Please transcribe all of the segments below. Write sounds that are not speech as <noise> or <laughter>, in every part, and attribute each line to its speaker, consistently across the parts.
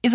Speaker 1: is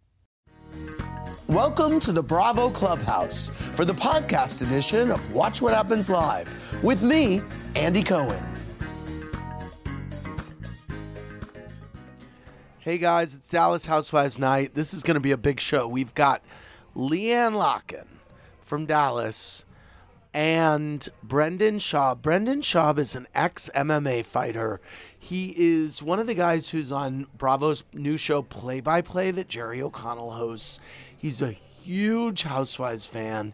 Speaker 2: Welcome to the Bravo Clubhouse for the podcast edition of Watch What Happens Live with me, Andy Cohen. Hey guys, it's Dallas Housewives night. This is going to be a big show. We've got Leanne Locken from Dallas and Brendan Schaub. Brendan Schaub is an ex MMA fighter. He is one of the guys who's on Bravo's new show Play by Play that Jerry O'Connell hosts. He's a huge Housewives fan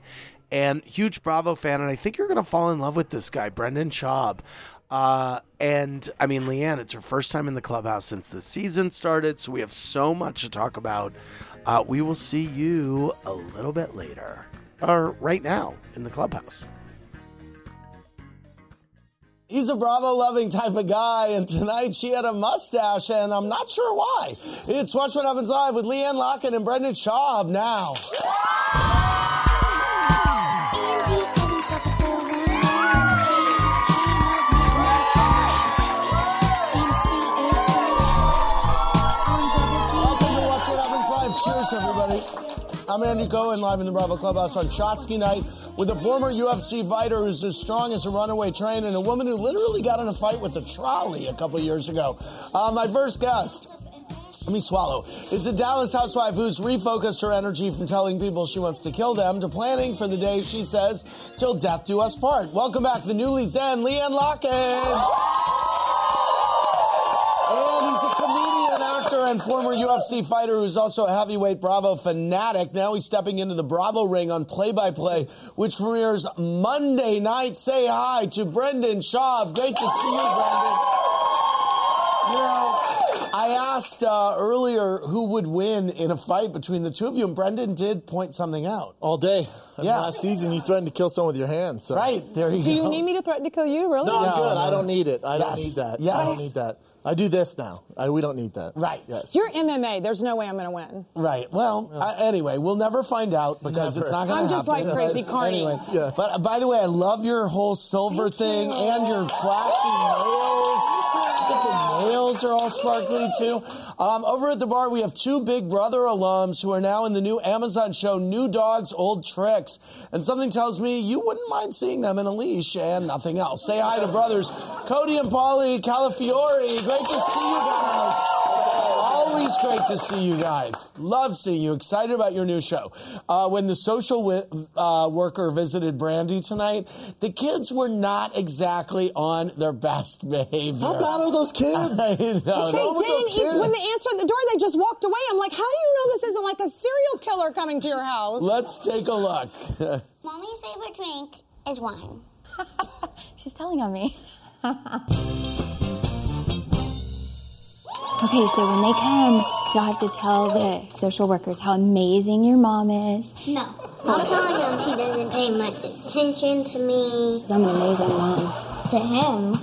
Speaker 2: and huge Bravo fan, and I think you're going to fall in love with this guy, Brendan Schaub. Uh, and I mean, Leanne, it's her first time in the clubhouse since the season started, so we have so much to talk about. Uh, we will see you a little bit later, or right now in the clubhouse. He's a Bravo loving type of guy, and tonight she had a mustache, and I'm not sure why. It's Watch What Happens Live with Leanne Locken and Brendan Schaub now. Welcome to Watch What Happens Live. Cheers, everybody. I'm Andy Cohen, live in the Bravo Clubhouse on Shotsky Night with a former UFC fighter who's as strong as a runaway train and a woman who literally got in a fight with a trolley a couple years ago. Uh, my first guest. Let me swallow. Is a Dallas housewife who's refocused her energy from telling people she wants to kill them to planning for the day she says, till death do us part. Welcome back, the newly Zen, Leanne Locken. And he's a comedian, actor, and former UFC fighter who's also a heavyweight Bravo fanatic. Now he's stepping into the Bravo ring on Play by Play, which premieres Monday night. Say hi to Brendan Schaub. Great to see you, Brendan. You know, I asked uh, earlier who would win in a fight between the two of you, and Brendan did point something out.
Speaker 3: all day.
Speaker 2: Yeah.
Speaker 3: Yeah. Last season, you threatened to kill someone with your hands. So.
Speaker 2: Right, there you
Speaker 4: Do
Speaker 2: go.
Speaker 4: you need me to threaten to kill you? Really?
Speaker 3: No, I'm
Speaker 2: No,
Speaker 3: good.
Speaker 2: no.
Speaker 3: I don't need it. I don't
Speaker 2: Yes.
Speaker 3: need that.
Speaker 2: Yes.
Speaker 3: I don't need that. I do this now. I, we don't need that.
Speaker 2: Right.
Speaker 3: Yes.
Speaker 4: You're MMA. There's no way I'm going to win.
Speaker 2: Right. Well, uh, anyway, we'll never find out because
Speaker 3: Never.
Speaker 2: it's not going to happen.
Speaker 4: I'm just like crazy
Speaker 2: But
Speaker 4: Carney.
Speaker 2: Anyway,
Speaker 3: Yeah.
Speaker 2: but uh, by the way, I love your whole silver thing and your flashy nails. Look at The nails are all sparkly too. Um, over at the bar, we have two Big Brother alums who are now in the new Amazon show, New Dogs, Old Tricks. And something tells me you wouldn't mind seeing them in a leash and nothing else. Say hi to brothers Cody and Polly Calafiore. Great to see you guys. Always great to see you guys. Love seeing you. Excited about your new show. Uh, when the social wi- uh, worker visited Brandy tonight, the kids were not exactly on their best behavior.
Speaker 3: How bad are those
Speaker 2: <laughs>
Speaker 3: kids?
Speaker 2: I know.
Speaker 4: They
Speaker 3: wrong with
Speaker 4: didn't
Speaker 3: those
Speaker 4: even, when
Speaker 3: kids?
Speaker 4: they answered the door, they just walked away. I'm like, how do you know this isn't like a serial killer coming to your house?
Speaker 2: Let's take a look.
Speaker 5: Mommy's favorite drink is wine.
Speaker 6: She's telling on me. okay, so when they come, you'll have to tell the social workers how amazing your mom is.
Speaker 5: No. I'm telling him <laughs> he doesn't pay much attention to me.
Speaker 6: 'Cause I'm an amazing mom.
Speaker 5: To him.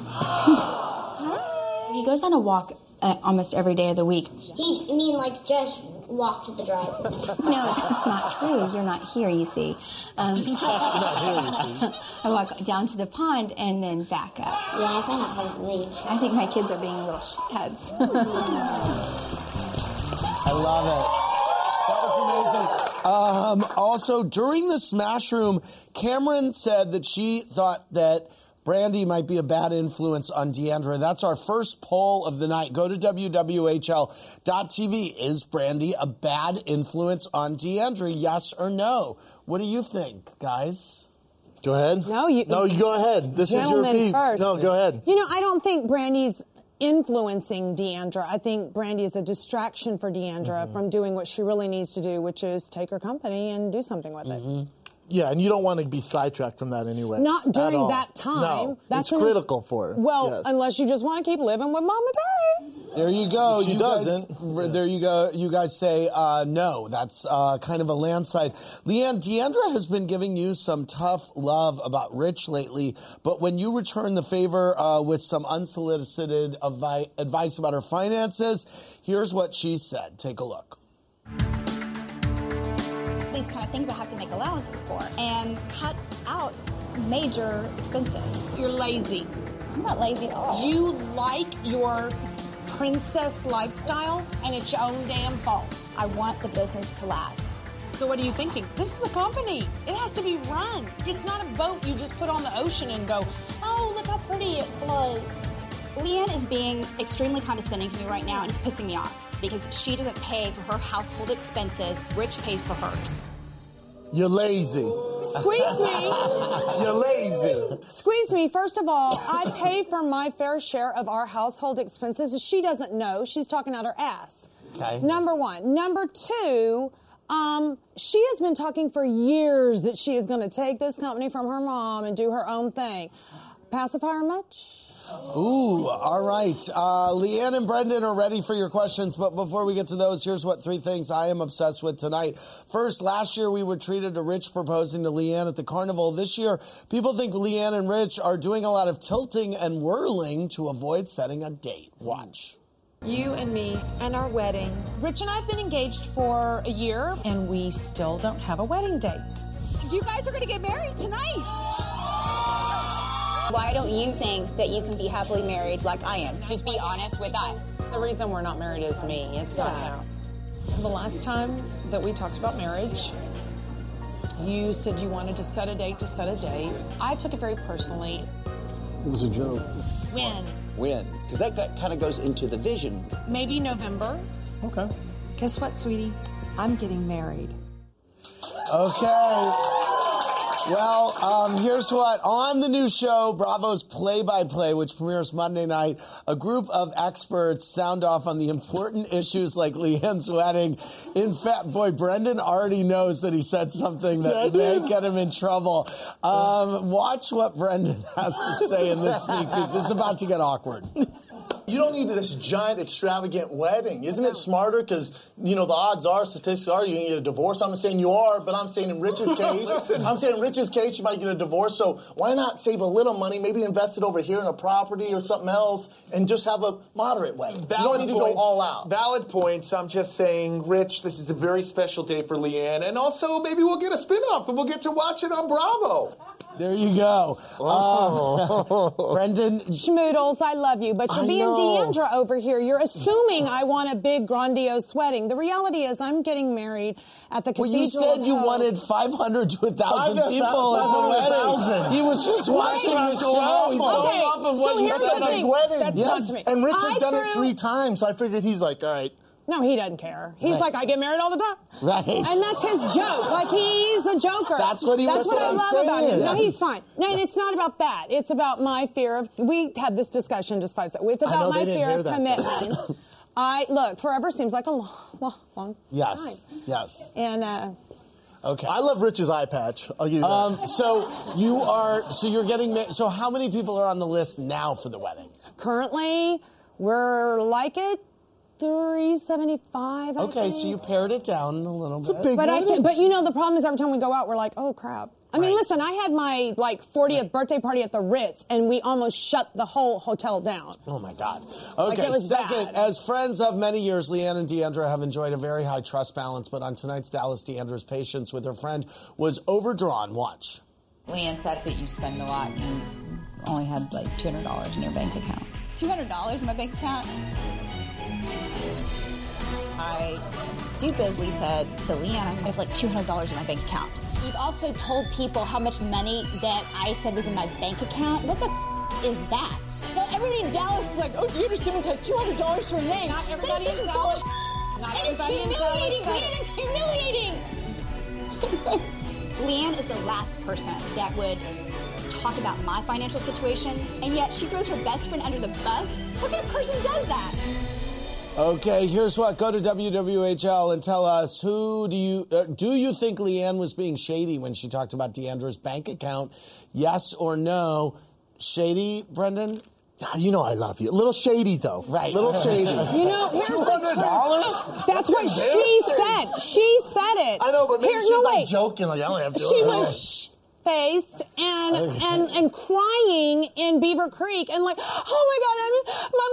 Speaker 6: He goes on a walk uh, almost every day of the week.
Speaker 5: He I mean like just walk to the drive.
Speaker 6: No, that's not true. You're not here, you see. Um, <laughs> I walk down to the pond and then back up.
Speaker 5: yeah, if I have one of these.
Speaker 6: I think my kids are being little shitheads.
Speaker 2: I love it. That was amazing. Um, also, during the Smash Room, Cameron said that she thought that Brandy might be a bad influence on Deandra. That's our first poll of the night. Go to wwhl.tv. Is Brandy a bad influence on Deandra? Yes or no? What do you think, guys?
Speaker 3: <laughs> Go ahead.
Speaker 4: No, you-
Speaker 3: No, you go ahead. This is your
Speaker 4: Gentlemen
Speaker 3: peeps.
Speaker 4: first.
Speaker 3: No, go ahead.
Speaker 4: You know, I don't think Brandy's influencing Deandra. I think Brandy is a distraction for
Speaker 3: Mm-hmm.
Speaker 4: Deandra from doing what she really needs to do, which is take her company and do something with it.
Speaker 3: Yeah, and you don't want to be sidetracked from that anyway.
Speaker 4: Not
Speaker 3: Mm-hmm. At
Speaker 4: during
Speaker 3: all.
Speaker 4: that time.
Speaker 3: No,
Speaker 4: That's
Speaker 3: it's
Speaker 4: when-
Speaker 3: critical for her.
Speaker 4: Well,
Speaker 3: Yes.
Speaker 4: unless you just want to keep living with Mama Day.
Speaker 2: There you go.
Speaker 3: She
Speaker 2: you
Speaker 3: doesn't.
Speaker 2: Guys, r- There you go. You guys say uh, no. That's uh, kind of a landslide. Leanne, Deandra has been giving you some tough love about Rich lately, but when you return the favor uh, with some unsolicited avi- advice about her finances, here's what she said. Take a look.
Speaker 6: These kind of things I have to make allowances for and cut out major expenses.
Speaker 4: You're lazy.
Speaker 6: I'm not lazy at all.
Speaker 4: You like your princess lifestyle, and it's your own damn fault.
Speaker 6: I want the business to last.
Speaker 4: So what are you thinking? This is a company. It has to be run. It's not a boat you just put on the ocean and go, oh, look how pretty it floats.
Speaker 6: Leanne is being extremely condescending to me right now and it's pissing me off because she doesn't pay for her household expenses. Rich pays for hers.
Speaker 3: You're lazy.
Speaker 4: Squeeze me. <laughs>
Speaker 3: You're lazy.
Speaker 4: Squeeze me. First of all, I pay for my fair share of our household expenses. She doesn't know. She's talking out her ass.
Speaker 2: Okay.
Speaker 4: Number one. Number two, um, she has been talking for years that she is going to take this company from her mom and do her own thing. Pacifier much?
Speaker 2: Ooh, all right. Uh, Leanne and Brendan are ready for your questions, but before we get to those, here's what three things I am obsessed with tonight. First, last year we were treated to Rich proposing to Leanne at the carnival. This year, people think Leanne and Rich are doing a lot of tilting and whirling to avoid setting a date. Watch.
Speaker 7: You and me and our wedding.
Speaker 4: Rich and I have been engaged for a year, and we still don't have a wedding date.
Speaker 8: You guys are gonna get married tonight.
Speaker 6: Why don't you think that you can be happily married like I am? Just be honest with us.
Speaker 4: The reason we're not married is me. It's not him. The last time that we talked about marriage, you said you wanted to set a date to set a date. I took it very personally.
Speaker 3: It was a joke.
Speaker 4: When?
Speaker 9: When? Because that kind of goes into the vision.
Speaker 4: Maybe November.
Speaker 3: Okay.
Speaker 7: Guess what, sweetie? I'm getting married.
Speaker 2: Okay. Well, um, here's what. On the new show, Bravo's Play by Play, which premieres Monday night, a group of experts sound off on the important <laughs> issues like Leanne's wedding. In fact, boy, Brendan already knows that he said something
Speaker 3: Yeah, I
Speaker 2: that
Speaker 3: did.
Speaker 2: may get him in trouble. Um, watch what Brendan <laughs> has to say in this sneak peek. This is about to get awkward.
Speaker 3: You don't need this giant extravagant wedding. Isn't it smarter? Because, you know, the odds are, statistics are, you can get a divorce. I'm not saying you are, but I'm saying
Speaker 10: <laughs>
Speaker 3: in Rich's case, I'm saying in Rich's case, you might get a divorce. So why not save a little money, maybe invest it over here in a property or something else, and just have a moderate wedding? you don't need to go all out.
Speaker 10: Valid points. I'm just saying, Rich, this is a very special day for Leanne. And also, maybe we'll get a spin-off and we'll get to watch it on Bravo.
Speaker 2: There you go. Um, <laughs> Brendan,
Speaker 4: Schmoodles, I love you, but you're
Speaker 2: I
Speaker 4: being
Speaker 2: know.
Speaker 4: Deandra over here. You're assuming I want a big, grandiose wedding. The reality is, I'm getting married at the
Speaker 2: Well,
Speaker 4: Cathedral
Speaker 2: you said
Speaker 4: of
Speaker 2: you
Speaker 4: Hope.
Speaker 2: wanted 500 to 1,000
Speaker 3: 500,000
Speaker 2: people at the wedding.
Speaker 3: 500,000.
Speaker 2: He was just watching the
Speaker 3: That's what
Speaker 2: show.
Speaker 3: I'm
Speaker 2: He's
Speaker 3: going off of.
Speaker 2: going
Speaker 3: Okay,
Speaker 2: off of what
Speaker 4: so
Speaker 2: you
Speaker 4: here's
Speaker 2: said.
Speaker 4: the thing.
Speaker 2: wedding.
Speaker 4: That's not
Speaker 2: yes.
Speaker 4: to me.
Speaker 3: And Rich
Speaker 4: I
Speaker 3: has done
Speaker 4: threw-
Speaker 3: it three times, so I figured he's like, all right.
Speaker 4: No, he doesn't care. He's
Speaker 2: Right.
Speaker 4: like, I get married all the time.
Speaker 2: Right.
Speaker 4: And that's his joke. Like, he's a joker.
Speaker 2: That's what he
Speaker 4: That's
Speaker 2: was-
Speaker 4: what I
Speaker 2: I'm
Speaker 4: love about him.
Speaker 2: saying.
Speaker 4: No,
Speaker 2: Yes.
Speaker 4: he's fine. No, and it's not about that. It's about my fear of. We had this discussion just five seconds. It's
Speaker 3: I know
Speaker 4: about my
Speaker 3: they didn't
Speaker 4: fear
Speaker 3: hear
Speaker 4: of
Speaker 3: that.
Speaker 4: commitment.
Speaker 2: <coughs>
Speaker 4: I, look, forever seems like a long, long, long
Speaker 2: Yes.
Speaker 4: time.
Speaker 2: Yes.
Speaker 4: And, uh,
Speaker 2: Okay.
Speaker 3: I love Rich's eye patch. I'll give you that.
Speaker 2: Um, so you are. So you're getting. ma- So how many people are on the list now for the wedding?
Speaker 4: currently, we're like it 375. I
Speaker 2: Okay.
Speaker 4: think.
Speaker 2: So you pared it down a little bit.
Speaker 3: big
Speaker 4: But I
Speaker 3: wedding.
Speaker 4: can, but you know the problem is every time we go out we're like oh crap. I mean
Speaker 2: Right.
Speaker 4: listen I had my like 40th birthday party at the Ritz and we almost shut the whole hotel down.
Speaker 2: Oh my God. Okay,
Speaker 4: it was
Speaker 2: second,
Speaker 4: bad.
Speaker 2: as friends of many years, Leanne and Deandra have enjoyed a very high trust balance, but on tonight's Dallas, Deandra's patience with her friend was overdrawn. Watch.
Speaker 8: Leanne said that you spend a lot and only had like $200 in your bank account.
Speaker 6: $200 in my bank account. I stupidly said to Leanne, I have like $200 in my bank account. You've also told people how much money that I said was in my bank account. What the f- is that? Well, everybody in Dallas is like, oh, Deandra Simmons has $200 to her name.
Speaker 4: Not everybody
Speaker 6: that is
Speaker 4: in
Speaker 6: such
Speaker 4: Dallas-
Speaker 6: bullsh-
Speaker 4: Not
Speaker 6: and it's
Speaker 4: everybody in Dallas
Speaker 6: humiliating,
Speaker 4: said
Speaker 6: man. It's humiliating. <laughs> Leanne is the last person that would talk about my financial situation, and yet she throws her best friend under the bus. What kind of person does that?
Speaker 2: Okay, here's what. Go to WWHL and tell us who do you uh, do you think Leanne was being shady when she talked about Deandra's bank account? Yes or no? Shady, Brendan?
Speaker 3: You know I love you. A little shady though.
Speaker 2: Right.
Speaker 4: <laughs>
Speaker 3: Little shady.
Speaker 4: You know, here's
Speaker 3: $200?
Speaker 4: the truth. That's what
Speaker 3: That's
Speaker 4: she
Speaker 3: embarrassing.
Speaker 4: said. She said it.
Speaker 3: I know, but maybe
Speaker 4: Here,
Speaker 3: she was
Speaker 4: no,
Speaker 3: like
Speaker 4: wait.
Speaker 3: joking, like I don't have to.
Speaker 4: She was faced and and and crying in Beaver Creek and like, oh my god, I'm, my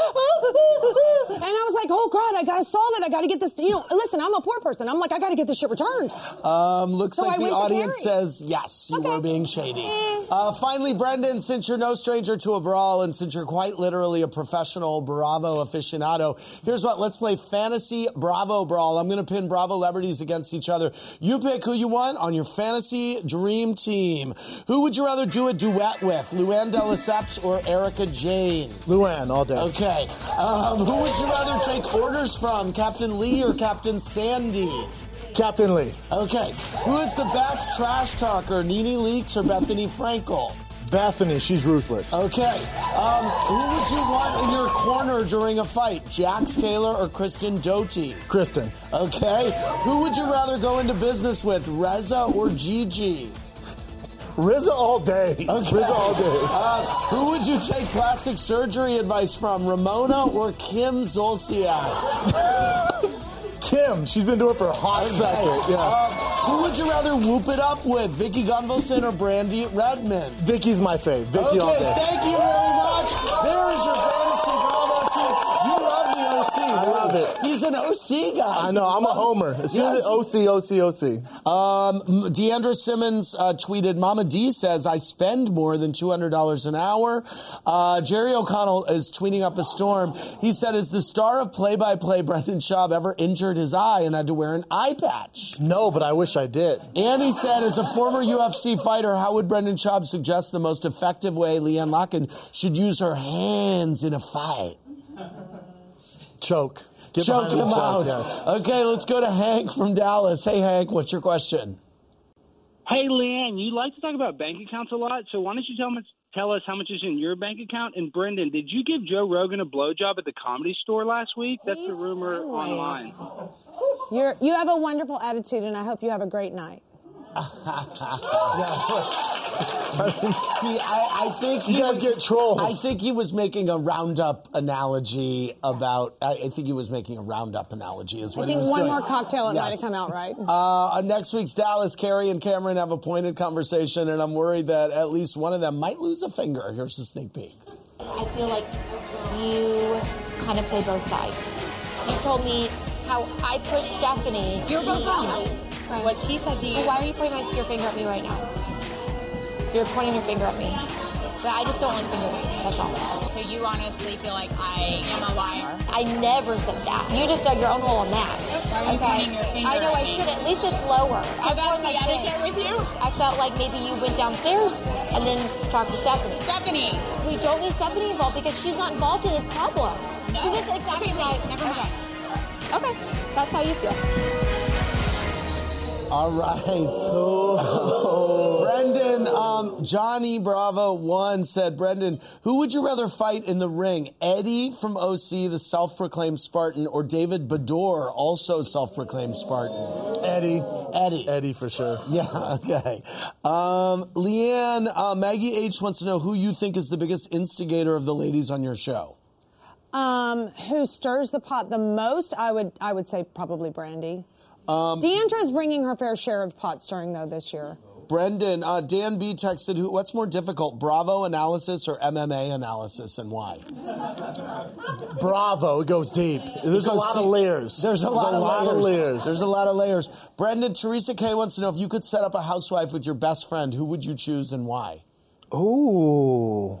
Speaker 4: mom's gonna kill me. and I was like, oh god, I gotta solve it. I gotta get this. You know, listen, I'm a poor person. I'm like, I gotta get this shit returned.
Speaker 2: Um, looks
Speaker 4: So
Speaker 2: like
Speaker 4: I
Speaker 2: the
Speaker 4: went to Eh.
Speaker 2: audience
Speaker 4: Gary.
Speaker 2: says yes, you were being shady. Uh, finally, Brendan, since you're no stranger to a brawl and since you're quite literally a professional Bravo aficionado, here's what let's play fantasy Bravo brawl. I'm going to pin Bravo celebrities against each other. You pick who you want on your fantasy dream team. Who would you rather do a duet with, Luann de Lesseps or Erica Jane?
Speaker 3: Luann all day.
Speaker 2: Okay. Um, who would you rather take orders from, Captain Lee or Captain Sandy?
Speaker 3: Captain Lee.
Speaker 2: Okay. Who is the best trash talker, Nene Leakes or Bethany Frankel?
Speaker 3: Bethany, she's ruthless.
Speaker 2: Okay. Um, who would you want in your corner during a fight, Jax Taylor or Kristen Doty?
Speaker 3: Kristen.
Speaker 2: Okay. Who would you rather go into business with, Reza or Gigi?
Speaker 3: Rizza all day. Rizza all day.
Speaker 2: Uh, who would you take plastic surgery advice from, Ramona or Kim Zolciak?
Speaker 3: Kim, she's been doing it for a hot second. Yeah.
Speaker 4: Uh,
Speaker 2: Um, who would you rather whoop it up with, Vicky Gunvalson or Brandy Redmond?
Speaker 3: Vicky's my fave. Vicky all
Speaker 2: Okay,
Speaker 3: day.
Speaker 2: thank you very much. There is your fantasy Bravo team. You love the OC.
Speaker 3: I love it.
Speaker 2: He's an OC guy.
Speaker 3: I know. I'm a homer. As soon as
Speaker 2: Yes.
Speaker 3: OC, OC, OC.
Speaker 2: Um, Deandra Simmons uh, tweeted, Mama D says, I spend more than $200 an hour. Uh, Jerry O'Connell is tweeting up a storm. He said, Is the star of play by play Brendan Schaub ever injured his eye and had to wear an eye patch?
Speaker 3: No, but I wish I did.
Speaker 2: And he said, as a former UFC fighter, how would Brendan Schaub suggest the most effective way Leanne Locken should use her hands in a fight?
Speaker 3: Choke. Get
Speaker 2: Choke
Speaker 3: behind
Speaker 2: him
Speaker 3: the
Speaker 2: out.
Speaker 3: choke, yes.
Speaker 2: Okay, let's go to Hank from Dallas. Hey, Hank, what's your question?
Speaker 11: Hey, Leanne, you like to talk about bank accounts a lot, so why don't you tell, much, tell us how much is in your bank account? And Brendan, did you give Joe Rogan a blowjob at the comedy store last week? That's the rumor online.
Speaker 4: You're you have a wonderful attitude, and I hope you have a great night.
Speaker 2: He, I, I think he
Speaker 3: You guys
Speaker 2: was,
Speaker 3: get trolls.
Speaker 2: I think he was making a roundup analogy about. I, I think he was making a roundup analogy. Is what
Speaker 4: I
Speaker 2: he
Speaker 4: think
Speaker 2: was
Speaker 4: one
Speaker 2: doing.
Speaker 4: more cocktail, it might have
Speaker 2: Yes.
Speaker 4: come out right.
Speaker 2: Uh, on next week's Dallas, Carrie and Cameron have a pointed conversation, and I'm worried that at least one of them might lose a finger. Here's a sneak peek.
Speaker 6: I feel like you kind of play both sides. You told me how I pushed Stephanie. You're both wrong. What she said to you. why are you pointing my, your finger at me right now? You're pointing your finger at me. But I just don't like fingers. That's all.
Speaker 12: So you honestly feel like I am a liar?
Speaker 6: I never said that. You just dug your own hole in that.
Speaker 12: Why are you pointing your finger
Speaker 6: I know
Speaker 12: at
Speaker 6: I
Speaker 12: me?
Speaker 6: should. At least it's lower. I felt like
Speaker 12: I
Speaker 6: this. I felt like maybe you went downstairs and then talked to Stephanie.
Speaker 12: Stephanie.
Speaker 6: We don't need Stephanie involved because she's not involved in this problem.
Speaker 12: No.
Speaker 6: So this is exactly
Speaker 12: Okay,
Speaker 6: right.
Speaker 12: never
Speaker 6: okay.
Speaker 12: mind.
Speaker 6: <laughs> Okay. That's how you feel.
Speaker 2: All right. <laughs> Brendan, um, Johnny Bravo 1 said, Brendan, who would you rather fight in the ring? Eddie from OC, the self proclaimed Spartan, or David Bador, also self proclaimed Spartan? <laughs>
Speaker 3: Eddie.
Speaker 2: Eddie.
Speaker 3: Eddie for sure.
Speaker 2: Yeah, okay. Um, Leanne, uh, Maggie H wants to know who you think is the biggest instigator of the ladies on your show.
Speaker 4: Um, who stirs the pot the most? I would I would say probably Brandy. Um, Deandra's bringing her fair share of pot stirring though this year.
Speaker 2: Brendan, uh, Dan B texted, who, what's more difficult, Bravo analysis or MMA analysis, and why?
Speaker 3: Bravo. It goes deep. There's a
Speaker 2: goes
Speaker 3: lot of
Speaker 2: deep.
Speaker 3: layers.
Speaker 2: There's a lot, of, layers.
Speaker 3: layers.
Speaker 2: There's a lot of layers. Brendan, Teresa K wants to know if you could set up a housewife with your best friend, who would you choose and why?
Speaker 3: Ooh.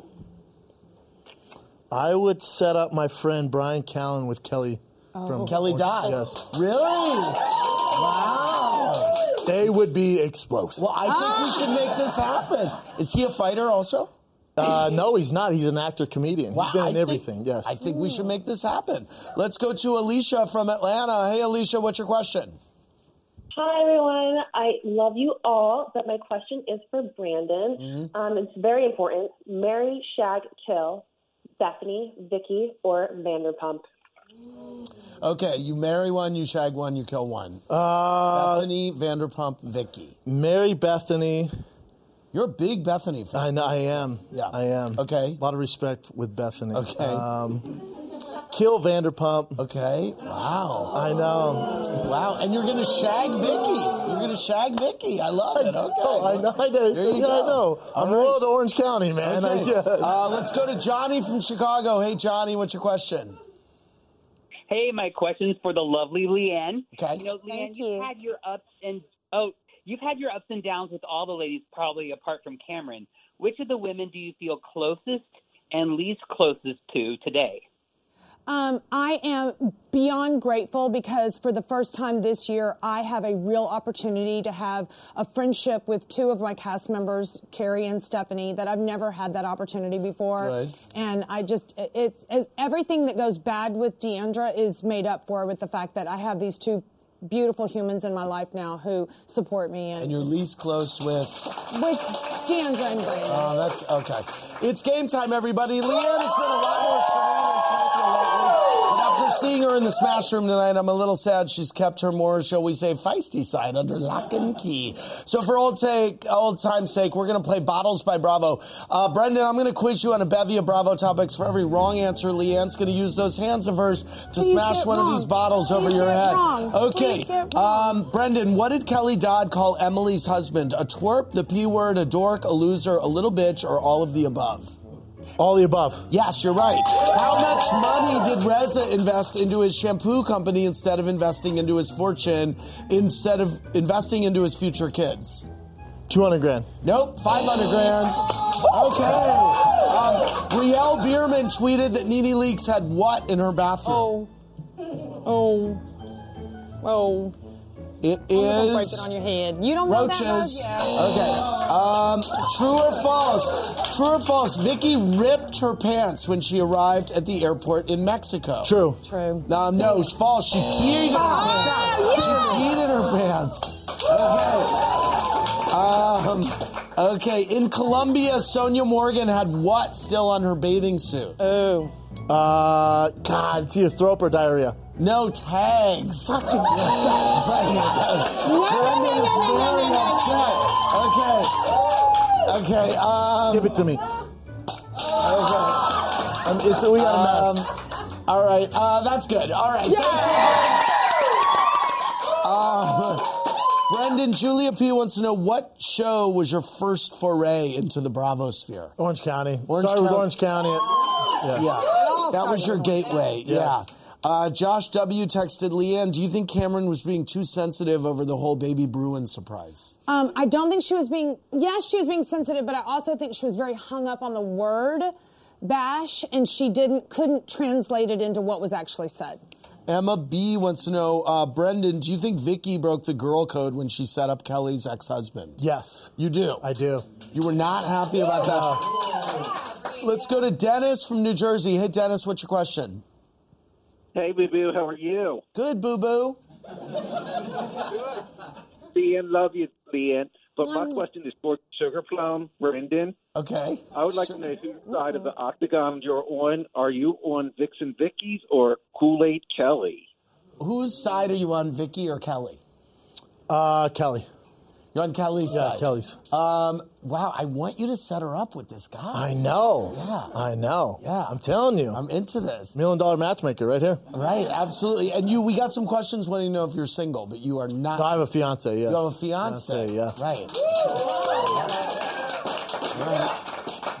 Speaker 3: I would set up my friend Brian Callen with Kelly from
Speaker 2: Kelly Dodd.
Speaker 3: Oh. Yes.
Speaker 2: Really? Wow.
Speaker 3: They would be explosive.
Speaker 2: Well, I think we should make this happen. Is he a fighter also?
Speaker 3: Uh, no, he's not. He's an actor comedian.
Speaker 2: Wow,
Speaker 3: he's been
Speaker 2: I
Speaker 3: in
Speaker 2: think-
Speaker 3: everything. yes.
Speaker 2: I think we should make this happen. Let's go to Alicia from Atlanta. Hey, Alicia, what's your question?
Speaker 13: Hi, everyone. I love you all, but my question is for Brandon. Um, it's very important. Mary, Shag, Kill, Bethany, Vicky, or Vanderpump.
Speaker 2: Okay, you marry one, you shag one, you kill one.
Speaker 3: Uh,
Speaker 2: Bethany, Vanderpump, Vicky.
Speaker 3: Mary Bethany.
Speaker 2: You're a big Bethany fan.
Speaker 3: I know. I am. Yeah. I am.
Speaker 2: Okay.
Speaker 3: A lot of respect with Bethany.
Speaker 2: Okay.
Speaker 3: Um, kill Vanderpump.
Speaker 2: Okay. Wow.
Speaker 3: I know.
Speaker 2: Wow. And you're gonna shag Vicky. You're gonna shag Vicky. I love it. Okay.
Speaker 3: Oh, I know. I know.
Speaker 2: There you
Speaker 3: Yeah, I
Speaker 2: go.
Speaker 3: know. I'm loyal to Orange County, man. I
Speaker 2: Okay.
Speaker 3: guess.
Speaker 2: Uh, let's go to Johnny from Chicago. Hey, Johnny, what's your question?
Speaker 9: Hey, my question's for the lovely Leanne.
Speaker 2: Okay.
Speaker 9: You know, Leanne, you. have had your ups and oh, you've had your ups and downs with all the ladies, probably apart from Cameron. Which of the women do you feel closest and least closest to today?
Speaker 4: Um, I am beyond grateful because for the first time this year, I have a real opportunity to have a friendship with two of my cast members, Carrie and Stephanie, that I've never had that opportunity before.
Speaker 2: Right.
Speaker 4: And I just, it's, it's everything that goes bad with Deandra is made up for with the fact that I have these two beautiful humans in my life now who support me and,
Speaker 2: And you're least close with.
Speaker 4: with Deandra and Brandon.
Speaker 2: Oh, that's okay. It's game time, everybody. Leanne has been a lot more serene and tranquil lately. But after seeing her in the Smash Room tonight, I'm a little sad she's kept her more, shall we say, feisty side under lock and key. So for old sake, old time's sake, we're going to play Bottles by Bravo. Uh, Brendan, I'm going to quiz you on a bevy of Bravo topics. For every wrong answer, Leanne's going to use those hands of hers to
Speaker 3: Please
Speaker 2: smash
Speaker 3: get
Speaker 2: one of
Speaker 3: wrong.
Speaker 2: these bottles over
Speaker 3: Please
Speaker 2: your
Speaker 3: get
Speaker 2: head.
Speaker 3: wrong.
Speaker 2: Okay.
Speaker 3: Please get
Speaker 2: Um, Brendan, what did Kelly Dodd call Emily's husband? A twerp, the P word, a dork, a loser, a little bitch, or all of the above?
Speaker 3: All the above.
Speaker 2: Yes, you're right. How much money did Reza invest into his shampoo company instead of investing into his fortune, instead of investing into his future kids?
Speaker 3: 200 grand.
Speaker 2: Nope, 500 grand. Okay. Um, Brielle Bierman tweeted that Nene Leakes had what in her bathroom?
Speaker 4: Oh. Oh.
Speaker 2: It
Speaker 4: I'm gonna break
Speaker 2: is-
Speaker 4: it on your head. You don't know that
Speaker 2: Roaches. Okay. Um, true or false? True or false? Vicky ripped her pants when she arrived at the airport in Mexico.
Speaker 3: True.
Speaker 4: True.
Speaker 2: Um, no, it's false. She peed in her
Speaker 3: <laughs>
Speaker 6: Oh,
Speaker 2: pants. She peed in her pants. Okay. Um, okay. In Colombia, Sonia Morgan had what still on her bathing suit?
Speaker 4: Oh.
Speaker 3: Uh, God, it's either throat or diarrhea.
Speaker 2: No tags. <laughs> Brendan is very upset. Okay. Okay. Um,
Speaker 3: Give it to me.
Speaker 2: Okay. Uh,
Speaker 3: Um, it's, we got a mess.
Speaker 2: All right. Uh, that's good. All right. Thanks for uh, Brendan, Julia P wants to know what show was your first foray into the Bravo sphere?
Speaker 3: Orange County.
Speaker 2: Orange
Speaker 3: Started with
Speaker 2: County.
Speaker 3: Orange County.
Speaker 2: Yeah.
Speaker 3: Yeah.
Speaker 2: That was your gateway.
Speaker 3: Yes.
Speaker 2: Yeah. Uh, Josh W texted Leanne, do you think Cameron was being too sensitive over the whole baby Bruin surprise?
Speaker 4: Um, I don't think she was being, yes, she was being sensitive, but I also think she was very hung up on the word bash and she didn't, couldn't translate it into what was actually said.
Speaker 2: Emma B wants to know, uh, Brendan, do you think Vicky broke the girl code when she set up Kelly's ex husband?
Speaker 3: Yes.
Speaker 2: You do.
Speaker 3: I do.
Speaker 2: You were not happy about that. Let's go to Dennis from New Jersey. Hey, Dennis, what's your question?
Speaker 14: Hey, Boo Boo, how are you?
Speaker 2: Good, Boo Boo.
Speaker 14: Leanne, love you, Leanne. But my
Speaker 6: Mm.
Speaker 2: Um,
Speaker 14: question is for Sugar Plum, Brendan.
Speaker 2: Okay.
Speaker 14: I would like to know whose
Speaker 6: Mm-hmm.
Speaker 14: side of the octagon you're on. Are you on Vixen Vicky's or Kool Aid Kelly?
Speaker 2: Whose side are you on, Vicky or Kelly?
Speaker 3: Uh, Kelly.
Speaker 2: You're on Kelly's
Speaker 3: Yeah,
Speaker 2: side.
Speaker 3: Kelly's.
Speaker 2: Um, wow, I want you to set her up with this guy.
Speaker 3: I know.
Speaker 2: Yeah.
Speaker 3: I know.
Speaker 2: Yeah.
Speaker 3: I'm telling you.
Speaker 2: I'm into this.
Speaker 3: Million dollar matchmaker right here.
Speaker 2: Right, absolutely. And you, we got some questions wanting to know if you're single, but you are not.
Speaker 3: No, I have a fiance, yes.
Speaker 2: You have a fiance.
Speaker 3: yeah.
Speaker 2: Right. Right.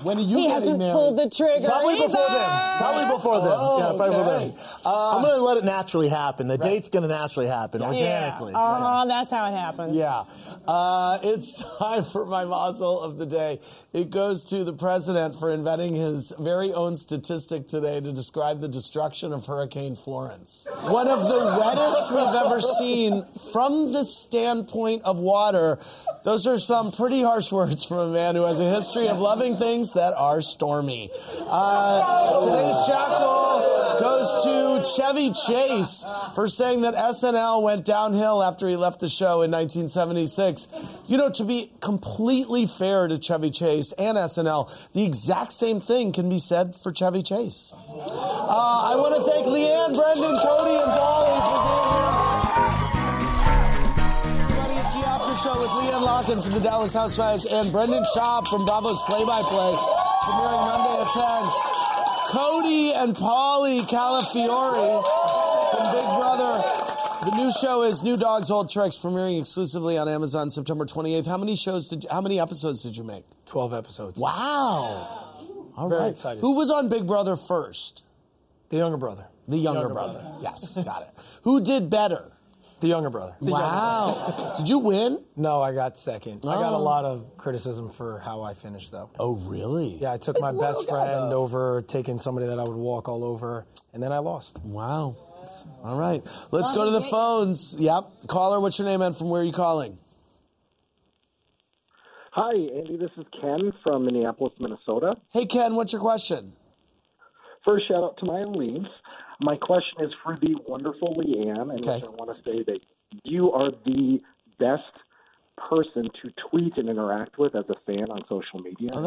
Speaker 2: When are you
Speaker 4: He
Speaker 2: getting
Speaker 4: hasn't
Speaker 2: married?
Speaker 4: pulled the trigger
Speaker 3: Probably
Speaker 4: either.
Speaker 3: before then. Probably before then.
Speaker 2: Oh,
Speaker 3: yeah, probably before
Speaker 2: okay.
Speaker 3: then. I'm going to let it naturally happen. The date's going to naturally happen organically.
Speaker 4: Yeah. Uh-huh, that's how it happens.
Speaker 2: Yeah. Uh, it's <laughs> time for my mazel of the day. It goes to the president for inventing his very own statistic today to describe the destruction of Hurricane Florence. One of the wettest we've ever seen from the standpoint of water. Those are some pretty harsh words from a man who has a history of loving things that are stormy. Uh, today's jackal goes to Chevy Chase for saying that SNL went downhill after he left the show in 1976. You know, to be completely fair to Chevy Chase and SNL, the exact same thing can be said for Chevy Chase. Uh, I want to thank Leanne, Brendan, Cody, and Dolly for being here. Everybody, it's the after show with Leanne Locken from the Dallas Housewives and Brendan Schaub from Davos Play by Play, premiering Monday at 10. Cody and Polly Calafiore from Big Brother. The new show is New Dogs Old Tricks, premiering exclusively on Amazon September 28th. How many shows did how many episodes did you make?
Speaker 9: 12 episodes.
Speaker 2: Wow. All right.
Speaker 9: Very excited.
Speaker 2: Who was on Big Brother first?
Speaker 9: The younger brother.
Speaker 2: The younger,
Speaker 9: Younger
Speaker 2: brother.
Speaker 9: brother.
Speaker 2: Yes, got it. Who did better?
Speaker 9: The younger brother.
Speaker 2: Wow. Did you win?
Speaker 9: No, I got second. I got
Speaker 2: Oh.
Speaker 9: a lot of criticism for how I finished, though.
Speaker 2: Oh, really?
Speaker 9: Yeah, I took
Speaker 2: This
Speaker 9: my best
Speaker 2: little guy,
Speaker 9: friend
Speaker 2: though.
Speaker 9: over taking somebody that I would walk all over, and then I lost.
Speaker 2: Wow. All right. Let's go to the phones. Yep. Caller, what's your name and from where are you calling?
Speaker 3: Hi, Andy. This is Ken from Minneapolis, Minnesota.
Speaker 2: Hey, Ken, what's your question?
Speaker 3: First, shout out to my leads. My question is for the wonderful Leanne, and I want to say that you are the best person to tweet and interact with as a fan on social media.
Speaker 2: Oh,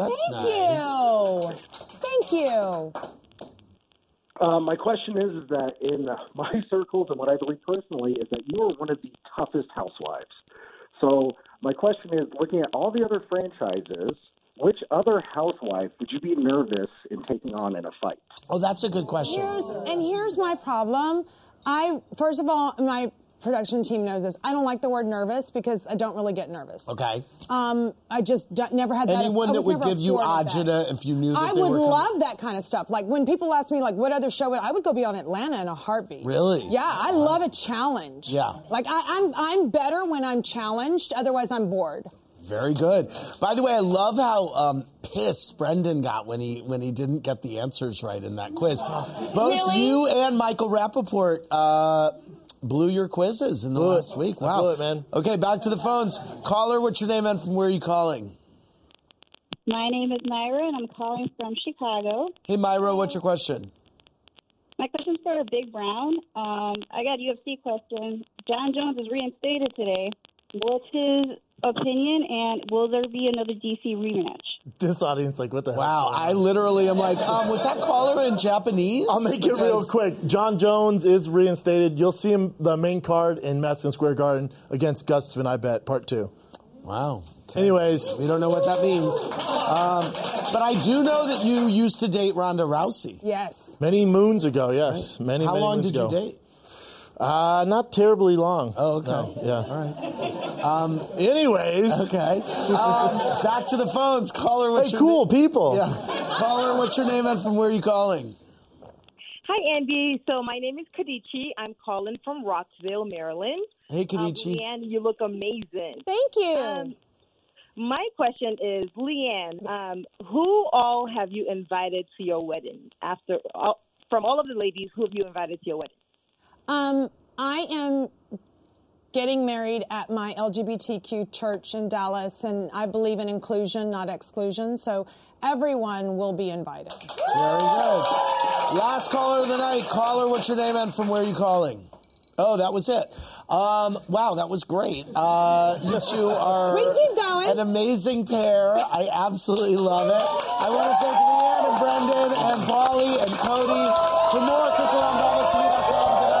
Speaker 2: that's
Speaker 4: Thank you. Thank you.
Speaker 3: Uh, my question is, is that in my <laughs> circles and what I believe personally is that you are one of the toughest housewives. So my question is, looking at all the other franchises, which other housewife would you be nervous in taking on in a fight?
Speaker 2: Oh, that's a good question.
Speaker 4: Here's and here's my problem. I first of all, my production team knows this. I don't like the word nervous because I don't really get nervous.
Speaker 2: Okay.
Speaker 4: Um, I just d- never had that.
Speaker 2: Anyone
Speaker 4: I
Speaker 2: that
Speaker 4: was
Speaker 2: would
Speaker 4: never
Speaker 2: give you
Speaker 4: afforded that.
Speaker 2: agita if you knew that
Speaker 4: I
Speaker 2: they
Speaker 4: would
Speaker 2: were coming.
Speaker 4: love that kind of stuff. Like when people ask me, like, what other show would I would go be on Atlanta in a heartbeat.
Speaker 2: Really?
Speaker 4: Yeah, I love a challenge.
Speaker 2: Yeah.
Speaker 4: Like I, I'm, I'm better when I'm challenged. Otherwise, I'm bored.
Speaker 2: Very good. By the way, I love how um, pissed Brendan got when he when he didn't get the answers right in that quiz. Both
Speaker 4: Really?
Speaker 2: you and Michael Rappaport uh, blew your quizzes in the last week. Wow,
Speaker 9: blew it, man.
Speaker 2: Okay, back to the phones. Caller, what's your name and from where are you calling?
Speaker 15: My name is Myra, and I'm calling from Chicago.
Speaker 2: Hey, Myra, what's your question?
Speaker 15: My question's for Big Brown. Um, I got a UFC question. John Jones is reinstated today. What's his opinion, and will there be another DC rematch?
Speaker 9: This audience, like, what the
Speaker 2: Wow, I literally am like, um, was that caller in Japanese?
Speaker 16: I'll make it real
Speaker 2: Because-
Speaker 16: quick. John Jones is reinstated. You'll see him the main card in Madison Square Garden against Gustafson, I bet, part two.
Speaker 2: Wow.
Speaker 16: Anyways,
Speaker 2: we don't know what that means. Um, but I do know that you used to date Ronda Rousey.
Speaker 4: Yes.
Speaker 16: Many moons ago, yes. Many.
Speaker 2: How
Speaker 16: many
Speaker 2: long
Speaker 16: moons
Speaker 2: did you
Speaker 16: ago.
Speaker 2: date?
Speaker 16: Uh, not terribly long. Oh, okay. yeah.
Speaker 2: All right. Um,
Speaker 16: anyways.
Speaker 2: Okay. Um, back to the phones. Caller, what's
Speaker 16: Hey,
Speaker 2: your
Speaker 16: cool people.
Speaker 2: Yeah. Caller, what's your name and from where are you calling?
Speaker 6: Hi, Andy. So my name is Kadichi. I'm calling from Rockville, Maryland.
Speaker 2: Hey,
Speaker 6: Um,
Speaker 2: Kadichi.
Speaker 6: Leanne, you look amazing.
Speaker 4: Thank you.
Speaker 6: Um, my question is, Leanne, um, who all have you invited to your wedding? After all, from all of the ladies, who have you invited to your wedding?
Speaker 4: Um, I am getting married at my LGBTQ church in Dallas, and I believe in inclusion, not exclusion. So everyone will be invited.
Speaker 2: Very good. Last caller of the night. Caller, what's your name and from where are you calling? Oh, that was it. Um, wow, that was great. Uh, you two are
Speaker 4: We can keep going.
Speaker 2: an amazing pair. I absolutely love it. I want to thank Leanne and Brendan and Polly and Cody. For more, click around BravoTV.com. Good night, everybody.